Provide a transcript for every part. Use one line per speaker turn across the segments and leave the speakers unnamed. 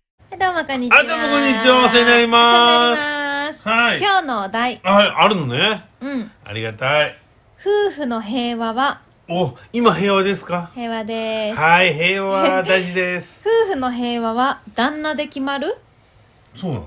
もこんにちは。
あどうもこんにちはお世話になりま
お
す
世話になります
はい
今日のお題、
はい、あるのね。
うん、
ありがたい。
夫婦の平和は
お、今平和ですか
平和です。
はい、平和大 事です。
夫婦の平和は旦那で決まる
そうなの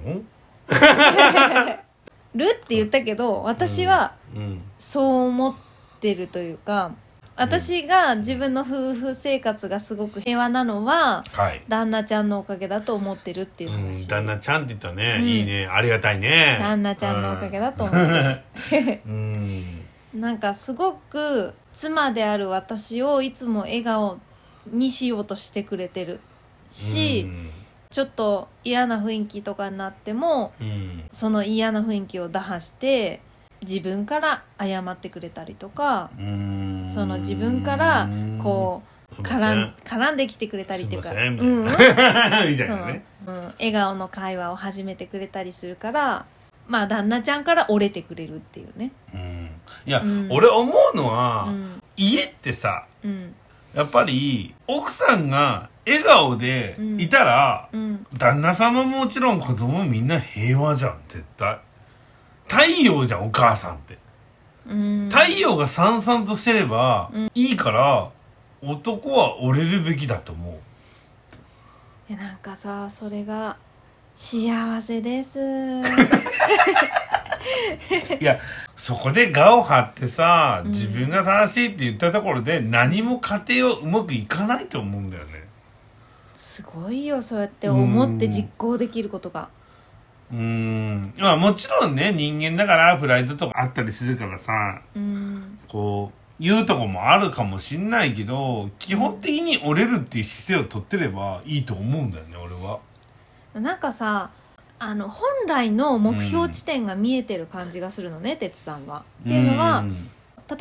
るって言ったけど、私は
うん。
そう思ってるというか、私が自分の夫婦生活がすごく平和なのは、
はい。
旦那ちゃんのおかげだと思ってるっていう
うん、
話。
旦那ちゃんって言ったね、
うん
いいね。ありがたいね。
旦那ちゃんのおかげだと思う
う。
ん
うん。
なんかすごく妻である私をいつも笑顔にしようとしてくれてるし、ちょっと嫌な雰囲気とかになっても
うん、うん。
その嫌な雰囲気を打破して自分から謝ってくれたりとか
うん
その自分からこう絡ん絡んできてくれたりっていうか
すいません み
うんうん
たいうん。みたい
そ
な
の
ね。
うん、笑顔の会話を始めてくれたりするからまあ旦那ちゃんから折れてくれるっていうね。
うん。いや、
うん
俺思うのは、
うん
家ってさ、
うん
やっぱり奥さんが笑顔でいたら、
うん
旦那様ももちろん子供もみんな平和じゃん絶対太陽じゃんお母さんって
うん
太陽がさんさんとしてれば、いいから男は折れるべきだと思う
いやなんかさそれが幸せです
いやそこで我を張ってさ自分が正しいって言ったところで何も家庭はうまくいかないと思うんだよね
すごいよそうやって思って実行できることが
うーんまあもちろんね人間だからプライドとかあったりするからさ
うん
こう言うとこもあるかもしんないけど基本的に折れるっていう姿勢を取ってればいいと思うんだよね俺は。
なんかさあの本来の目標地点が見えてる感じがするのね哲、さんは。っていうのは
うん
例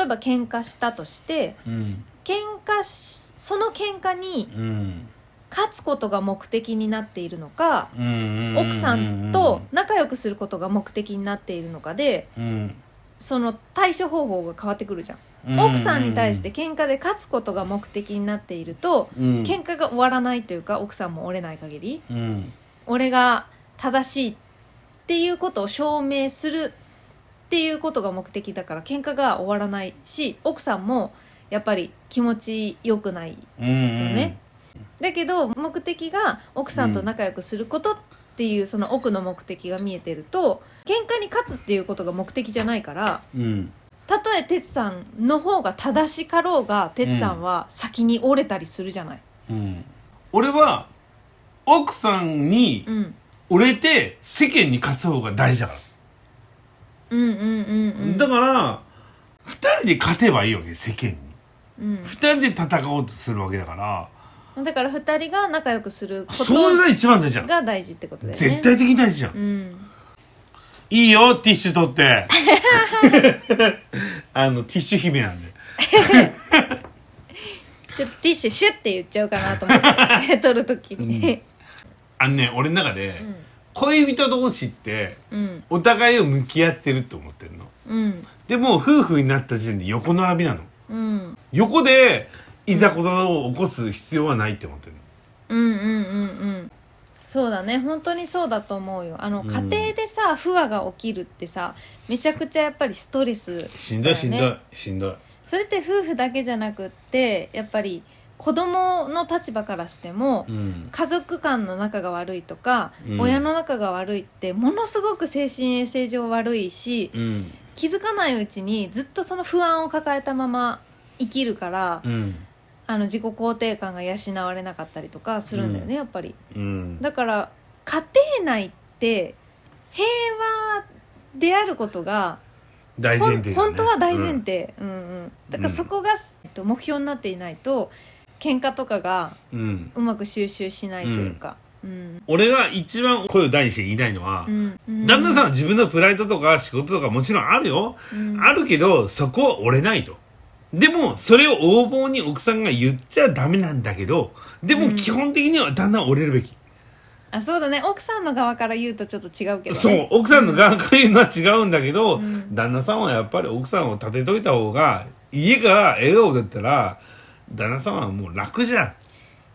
えば喧嘩したとして
うん
喧嘩しその喧嘩に
うん
勝つことが目的になっているのか
うん
奥さんと仲良くすることが目的になっているのかで
うん
その対処方法が変わってくるじゃん。
うん
奥さんに対して喧嘩で勝つことが目的になっていると
うん
喧嘩が終わらないというか奥さんも折れない限り
うん
俺が正しいっていうことを証明するっていうことが目的だから喧嘩が終わらないし奥さんもやっぱり気持ち良くない
うんうん
ねだけど目的が奥さんと仲良くすることっていうその奥の目的が見えてると喧嘩に勝つっていうことが目的じゃないから
うん
たとえ哲さんの方が正しかろうが哲さんは先に折れたりするじゃない。
うん俺は奥さんに
うん、
折れて世間に勝つ方が大事だか
うん、うんうんう
ら、
ん
だから二人で勝てばいいわけ世間に
うん
二人で戦おうとするわけだから
だから二人が仲良くするこ
それが
と
一番大事じゃん
が大事ってことだよね。
絶対的に大事じゃん、
うん
いいよティッシュ取って あのティッシュ姫なんで
ちょっとティッシュシュッて言っちゃうかなと思って 取るときに。
あのね俺の中で、恋人同士って
うん
お互いを向き合ってると思ってるの
うん
でもう夫婦になった時点で横並びなの
うん
横でいざこざを起こす必要はないって思ってるの
うんうんうんうんそうだね本当にそうだと思うよあの家庭でさ不和が起きるってさめちゃくちゃやっぱりストレスだよね
しんどいしんどい、しんどい
それって夫婦だけじゃなくってやっぱり子供の立場からしても、
うん
家族間の仲が悪いとか、
うん
親の仲が悪いってものすごく精神衛生上悪いし、
うん
気づかないうちにずっとその不安を抱えたまま生きるから、
うん
あの自己肯定感が養われなかったりとかするんだよね、
うん
やっぱり。
うん
だから家庭内って平和であることが
大
ほ
前
ん
提、ね、
本当は大
う
前
ん
提、うんうん、だからそこが、えっと目標になっていないと喧嘩とかが
うん
うまく収集しないというか、うん
俺が一番声を大にして言いたいのは、
うんうん、
旦那さんは自分のプライドとか仕事とかもちろんあるよ、
うん
あるけどそこは折れないとでもそれを横暴に奥さんが言っちゃダメなんだけどでも基本的には旦那は折れるべき、
あそうだね奥さんの側から言うとちょっと違うけど、ね、
そう奥さんの側から言うのは違うんだけど、
ん
旦那さんはやっぱり奥さんを立てといた方が家が笑顔だったら旦那さんはもう楽じゃん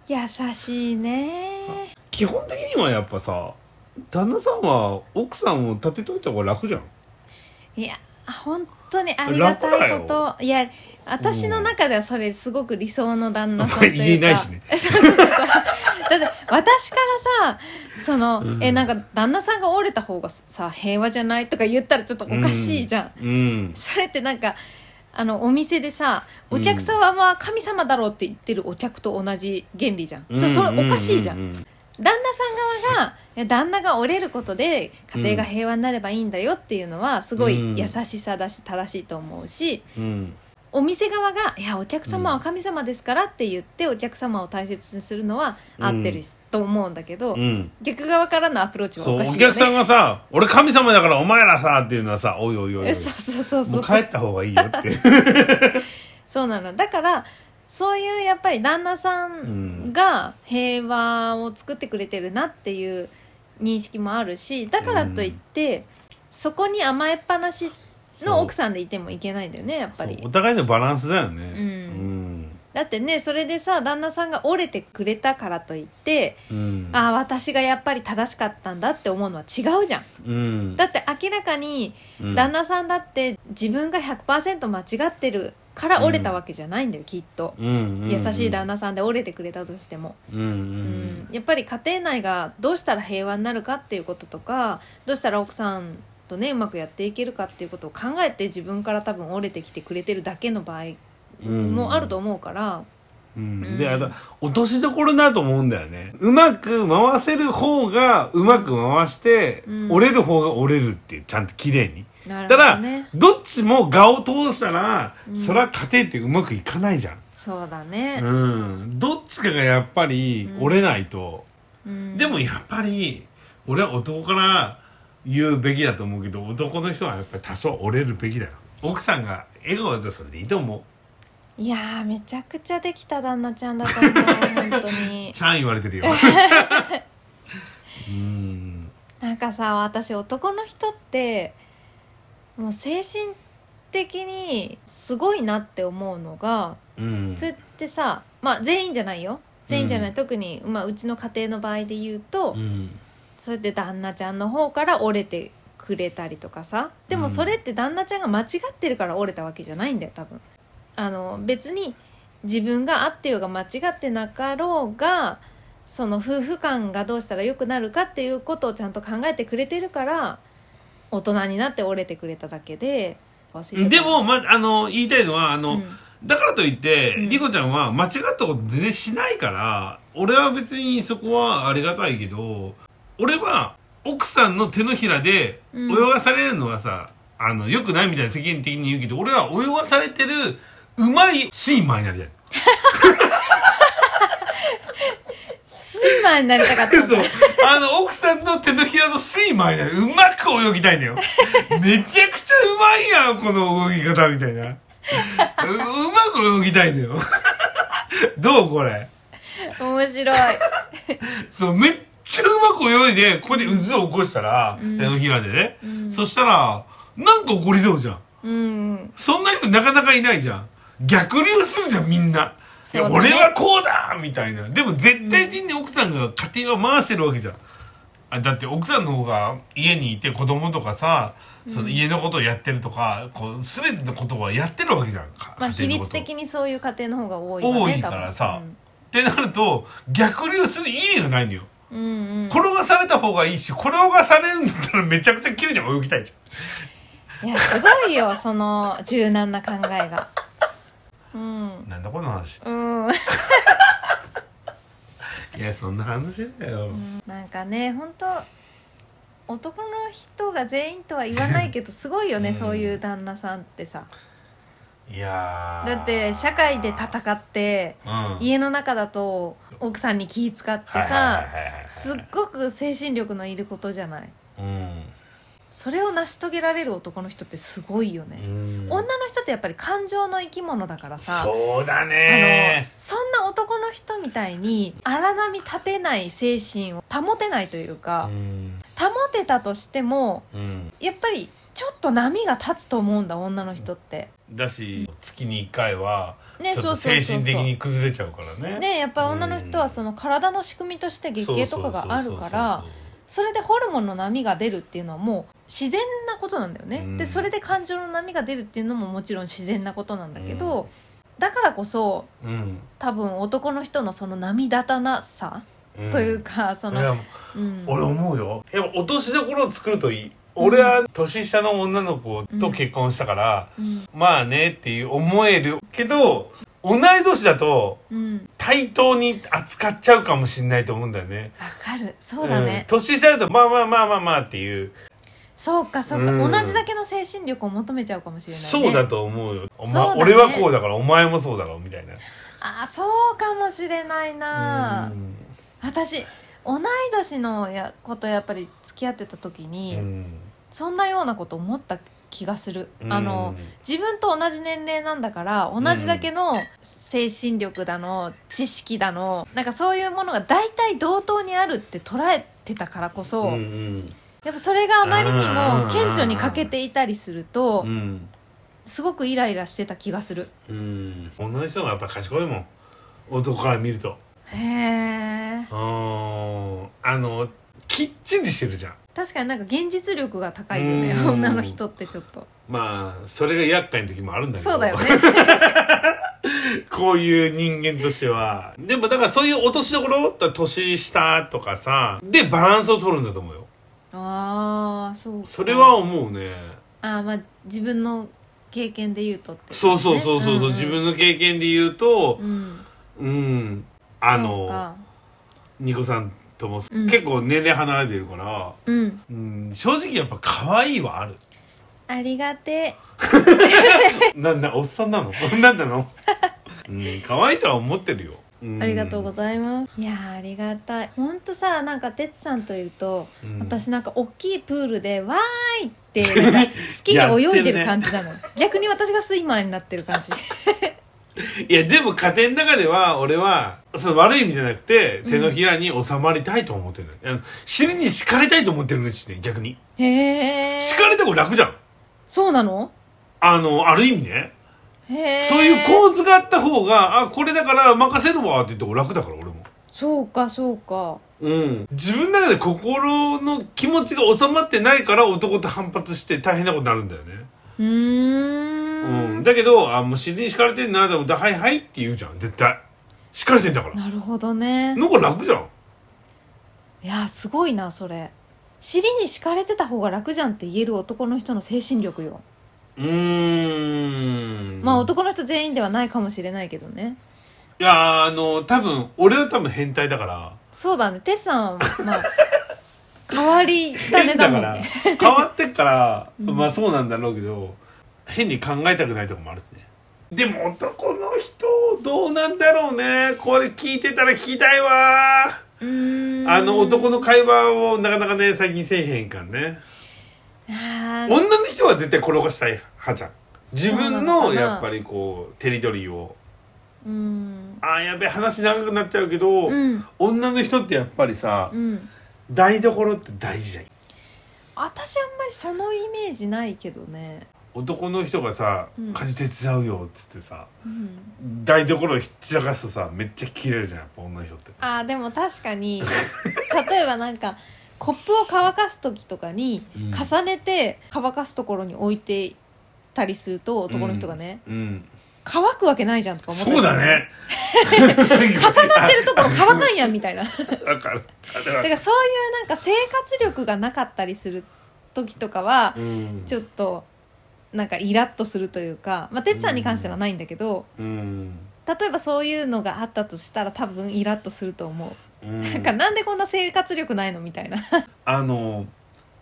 優しいね
基本的にはやっぱさ旦那さんは奥さんを立てといた方が楽じゃん
いや本当にありがたいこといや私の中ではそれすごく理想の旦那さんというか
言えないしね
そうそうそうだって私からさその、えなんか旦那さんが折れた方がさ平和じゃないとか言ったらちょっとおかしいじゃん、
うん
それってなんかあのお店でさお客様は神様だろうって言ってるお客と同じ原理じゃん、
うん
ちょそれおかしいじゃん,、
うう
旦那さん側がえ旦那が折れることで家庭が平和になればいいんだよっていうのはすご
うん
い優しさだし正しいと思うし
うんうん
お店側が「いやお客様は神様ですから」って言ってお客様を大切にするのは合ってるしと思うんだけど、
うんうん
逆側からのアプローチは
そう
お
お
かしいよ
客
ね。
さんがさ「俺神様だからお前らさ」っていうのはさ「おいおいおいおい
そうそうそうそ
も
う
う
そ
帰
う
った方がいいよ」 って
そうなのだからそういうやっぱり旦那さんが平和を作ってくれてるなっていう認識もあるしだからといって、そこに甘えっぱなしの奥さんでいてもいけないんだよねやっぱ
そう
り
お。互いのバランスだよね
んだってねそれでさ旦那さんが折れてくれたからといって、
うんうん
ああ私がやっぱり正しかったんだって思うのは違うじゃん。
うん
だって明らかに
うん
旦那さんだって自分が100%間違ってるから折れたわけじゃないんだよ、きっと。
うん
優しい旦
那
那さんで折れてくれたとしても、
うんうん
やっぱり家庭内がどうしたら平和になるかっていうこととかどうしたら奥さんとねうまくやっていけるかっていうことを考えて自分から多分折れてきてくれてるだけの場合
うん
もあると思うから、
うん
ん
であと落としどころだと思うんだよねうまく回せる方がうまく回して、
うん
折れる方が折れるっていうちゃんと綺麗に
なる
た
ほ
だ
どね
どっちも画を通したら、
うん
そりゃ家庭ってうまくいかないじゃん、
そうだね、
うん、どっちかがやっぱり折れないと、
うん
でもやっぱり俺は男から言うべきだと思うけど男の人はやっぱり多少折れるべきだよ奥さんが笑顔だとそれでいいと思う
いやーめちゃくちゃできた旦那ちゃんだと思う本当に
ちゃん言われてる ようん
なんかさ私男の人ってもう精神的にすごいなって思うのが
うん
それってさまあ全員じゃないよ全員じゃない、特に、まあ、うちの家庭の場合で言うと、
うん
そうやって旦那ちゃんの方から折れてくれたりとかさで
う
も
ん
それって旦那ちゃんが間違ってるから折れたわけじゃないんだよ多分あの別に自分があってようが間違ってなかろうがその夫婦間がどうしたら良くなるかっていうことをちゃんと考えてくれてるから大人になって折れてくれただけで
でも、ま、あの言いたいのはあの、
うん
だからといって、
うん
リコちゃんは間違ったこと全然しないから俺は別にそこはありがたいけど俺は奥さんの手のひらで
うん
泳がされるのはさ、あのよくないみたいな世間的に言うけど俺は泳がされてるうまいシーマーになりたい。
スイマーになりたかったん
そう
だ
あの、奥さんの手のひらのスイマーになるうまく泳ぎたいんだよ。めちゃくちゃうまいやん、この泳ぎ方みたいな。ううまく泳ぎたいんだよ。どうこれ。
面白い
そう、めっちゃうまく泳いで、ここで渦を起こしたら、
うん
手のひらでね。
うん
そしたら、なんか起こりそうじゃん。
うん
そんな人なかなかいないじゃん。逆流するじゃん、みんな。いや、
そうだ
俺
ね
はこうだみたいな。でも絶対的に奥さんが家庭を回してるわけじゃん。あだって奥さんの方が家にいて子供とかさ、その家のことをやってるとか、こう、すべてのことはやってるわけじゃん。か
まあ
家
比
庭の
率
ことを
的にそういう家庭の方が多いわね
多いからさ。
多分
ってなると、逆流する意味がないのよ。
うん、うんうん
転がされた方がいいし、転がされるんだったらめちゃくちゃ綺麗に泳ぎたいじゃん。
いやすごいよ その柔軟な考えがうん
なんだこの話。
うん
いや、そんな話だよ。
なんかね本当男の人が全員とは言わないけどすごいよね、
うん
そういう旦那さんってさ
いやー
だって社会で戦って
うん
家の中だと奥さんに気使って
はい
さ
はいはいはいはい
すっごく精神力のいることじゃない
うん
それを成し遂げられる男の人ってすごいよね、
うん
女の人ってやっぱり感情の生き物だからさ
そうだ
あの
ね
そんな男の人みたいに荒波立てない精神を保てないという
う
か、
ん
保てたとしても
うん
やっぱりちょっと波が立つと思うんだ女の人って。
だし月に1回は
ね
ち
そ
ょ
う
っと
そうそう
精
そう
神的に崩れちゃうからね
ねやっぱり女の人はその体の仕組みとして月経とかがあるからそれでホルモンの波が出るっていうのはもう自然なことなんだよね、
うん
でそれで感情の波が出るっていうのももちろん自然なことなんだけど、だからこそ
うん
多分男の人のその波立たなさ
うん
というか、そ
い
の、
や
うん、
俺思うよやっぱ落としどころを作るといい俺は年下の女の子と結婚したから、
うん
まあねっていう思えるけど同い年だと
うん
対等に扱っちゃうかもしれないと思うんだよね。
わかるそうだね
ん、年下だとまあまあまあまあまあっていう、
そうかそうか、
うん
同じだけの精神力を求めちゃうかもしれないね
そうだと思うよ。お前
そうだね
俺はこうだからお前もそうだろうみたいな。
あそうかもしれないな、
うん
私同い年のやことやっぱり付き合ってた時に、
うん
そんなようなこと思った気がする、あの
うん
自分と同じ年齢なんだから同じだけの精神力だの知識だのなんかそういうものが大体同等にあるって捉えてたからこそ、
うんうん
やっぱそれがあまりにも顕著に欠けていたりすると
うん
すごくイライラしてた気がする
うん女の人の方がやっぱ賢いもん男から見ると。
へえ
うーんあのきっちりしてるじゃん。
確かになんか現実力が高いよね
うん
女の人ってちょっと
まあそれが厄介な時もあるんだけど
そうだよね
こういう人間としてはでもだからそういう落としどころだ年下とかさでバランスを取るんだと思うよ
ああそうか
それは思うね
あーまあ自分の経験で言うとってこと
そ
ね、
うそうそうそう、
んん
自分の経験で言うと
うん
うんあ
そう
の
か
ニコさんとも
うん
結構年齢離れてるから、
うん
うん、正直やっぱ可愛いはある
ありがて
なんだおっさんなの なん なのうん可愛いとは思ってるよ、
え
ん
ありがとうございます、いやーありがたいほんとさなんか哲さんといると、
うん
私なんか大きいプールで「わーい!」ってなんか好 きに泳いでる感じなの、逆に私がスイマーになってる感 じ
いやでも家庭の中では俺はその悪い意味じゃなくて手のひらに収まりたいと思ってるのよ、あの尻に敷かれたいと思ってるんですね逆に
へえ
敷かれた方が楽じゃん
そうなの
あのある意味ね、
へえ
そういう構図があった方があこれだから任せるわって言って楽だから俺も
そうかそうか
うん自分の中で心の気持ちが収まってないから男と反発して大変なことになるんだよね
うーん
うん、だけどあもう尻に敷かれてんなでもだはいはいって言うじゃん絶対敷かれてんだから
なるほどね
のが楽じゃん
いやーすごいなそれ尻に敷かれてた方が楽じゃんって言える男の人の精神力よ
うーん
まあ男の人全員ではないかもしれないけどね
いやあの多分俺は多分変態だから
そうだねテスさんはまあ変わり種
変
だ
だ
も
か
ん
ら
ね
変わってっ から、まあそうなんだろうけど変に考えたくないとこもあるしねでも男の人どうなんだろうねこれ聞いてたら聞きたいわ
うーん
あの男の会話をなかなかね最近せえへんからね
あー
女の人は絶対転がしたい派じゃん自分
そうなの
の
かな
やっぱりこうテリトリーを
うーん
あーやべえ話長くなっちゃうけど、
うん
女の人ってやっぱりさ、
うん
台所って大事じゃん
私あんまりそのイメージないけどね、
男の人がさ
うん
「家事手伝うよ」っつってさ、
うん、
台所ひっちらかすとさめっちゃ切れるじゃんやっぱ女の人って
あーでも確か に例えばなんかコップを乾かす時とかに
うん
重ねて乾かすところに置いてたりすると男の人がね、
うん
乾くわけないじゃんとか思ったり
そうだね
重なってるところ乾かんやんみたいな
わかる だか
だかららそういうなんか生活力がなかったりする時とかは
うん
ちょっとなんかイラッとするというかまあ哲さんに関してはないんだけど
うん
例えばそういうのがあったとしたら多分イラッとすると思
う
う、
ん
なんかなんでこんな生活力ないのみたいな
あの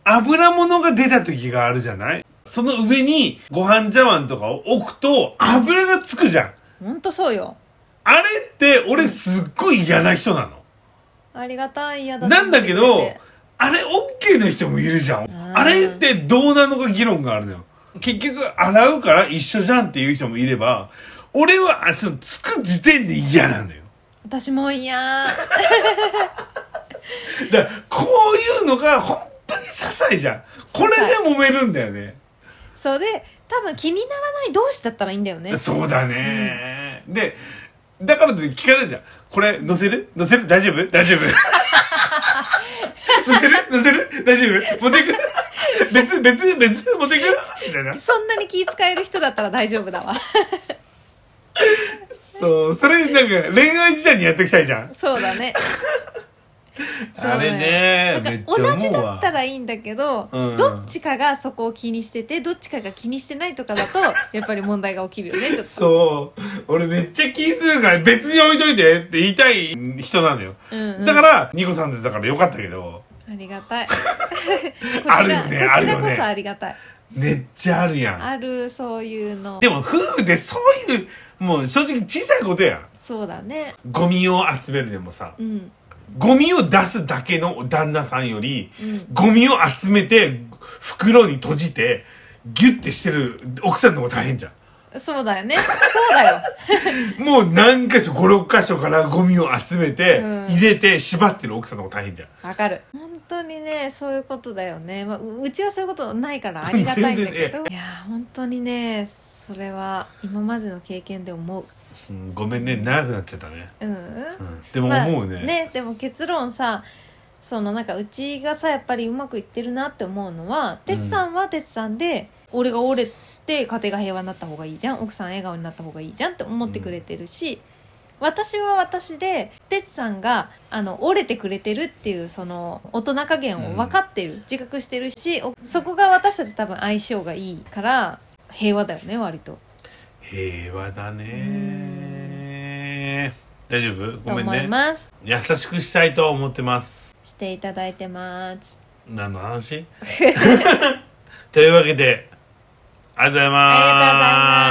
油物が出た時があるじゃないその上にご飯茶碗とかを置くと油がつくじゃん
ほんとそうよ
あれって俺すっごい嫌な人なの
ありがたい嫌だ
なんだけ
と思っ
ど
て、
あれ OK の人もいるじゃん。
ー
あれってどうなのか議論があるのよ。結局、洗うから一緒じゃんっていう人もいれば、俺は、あその、つく時点で嫌なのよ。
私も 嫌
だから、こういうのが本当に些細じゃん。これで揉めるんだよね。
そうで多分気にならない同士だったらいいんだよね
そうだね。ない。で、だからって聞かれるじゃん。これ、乗せる乗せる大丈夫大丈 夫乗せる乗せる大丈夫持ってく別、別、別、持ってくみたいな。
そんなに気遣える人だったら大丈夫だわ
そう、それなんか恋愛時代にやっておきたいじゃん。
そうだねそう
あれね、めっちゃ思うわ。
同じだったらいいんだけど、
うん
どっちかがそこを気にしててどっちかが気にしてないとか だとやっぱり問題が起きるよねちょっと
そう。俺めっちゃ気するから別に置いといてって言いたい人なのよ。
うんうん
だから、ニコさんでだからよかったけど、
ありが たいこち
あ
ら、
るねあ
こ
る
ちら
よね
こそありがたい
めっちゃあるやん。
あるそういうの
でも夫婦でそういう、もう正直小さいことや
そうだね
ん。ゴミを集めるでもさ、
うん
ゴミを出すだけの旦那さんより、
うん
ゴミを集めて、袋に閉じて、ギュッてしてる奥さんの方が大変じゃん。
そうだよねそうだよ
もう何箇所、5、6箇所からゴミを集めて、
うん
入れて、縛ってる奥さんの方が大変じゃん。
わかる本当にねそういうことだよね、まあ、ううちはそういうことないからありがたいんだけど
全然
いやー本当にねそれは今までの経験で思う
うんごめんね、長くなっちゃったね。
うん、
うんでも思うね,、
まあでも結論さそのなんかうちがさやっぱりうまくいってるなって思うのは哲さんは哲さんで、俺が折れて家庭が平和になった方がいいじゃん奥さん笑顔になった方がいいじゃんって思ってくれてるし、私は私で哲さんがあの折れてくれてるっていうその大人加減を分かってる、自覚してるしおそこが私たち多分相性がいいから平和だよね割と。
平和だね大丈夫
と
ごめん
思い
ね
ます。
優しくしたいと思ってます
していただいてます。
何の 話というわけであり
ありがとうご
がとうございます
ざいます。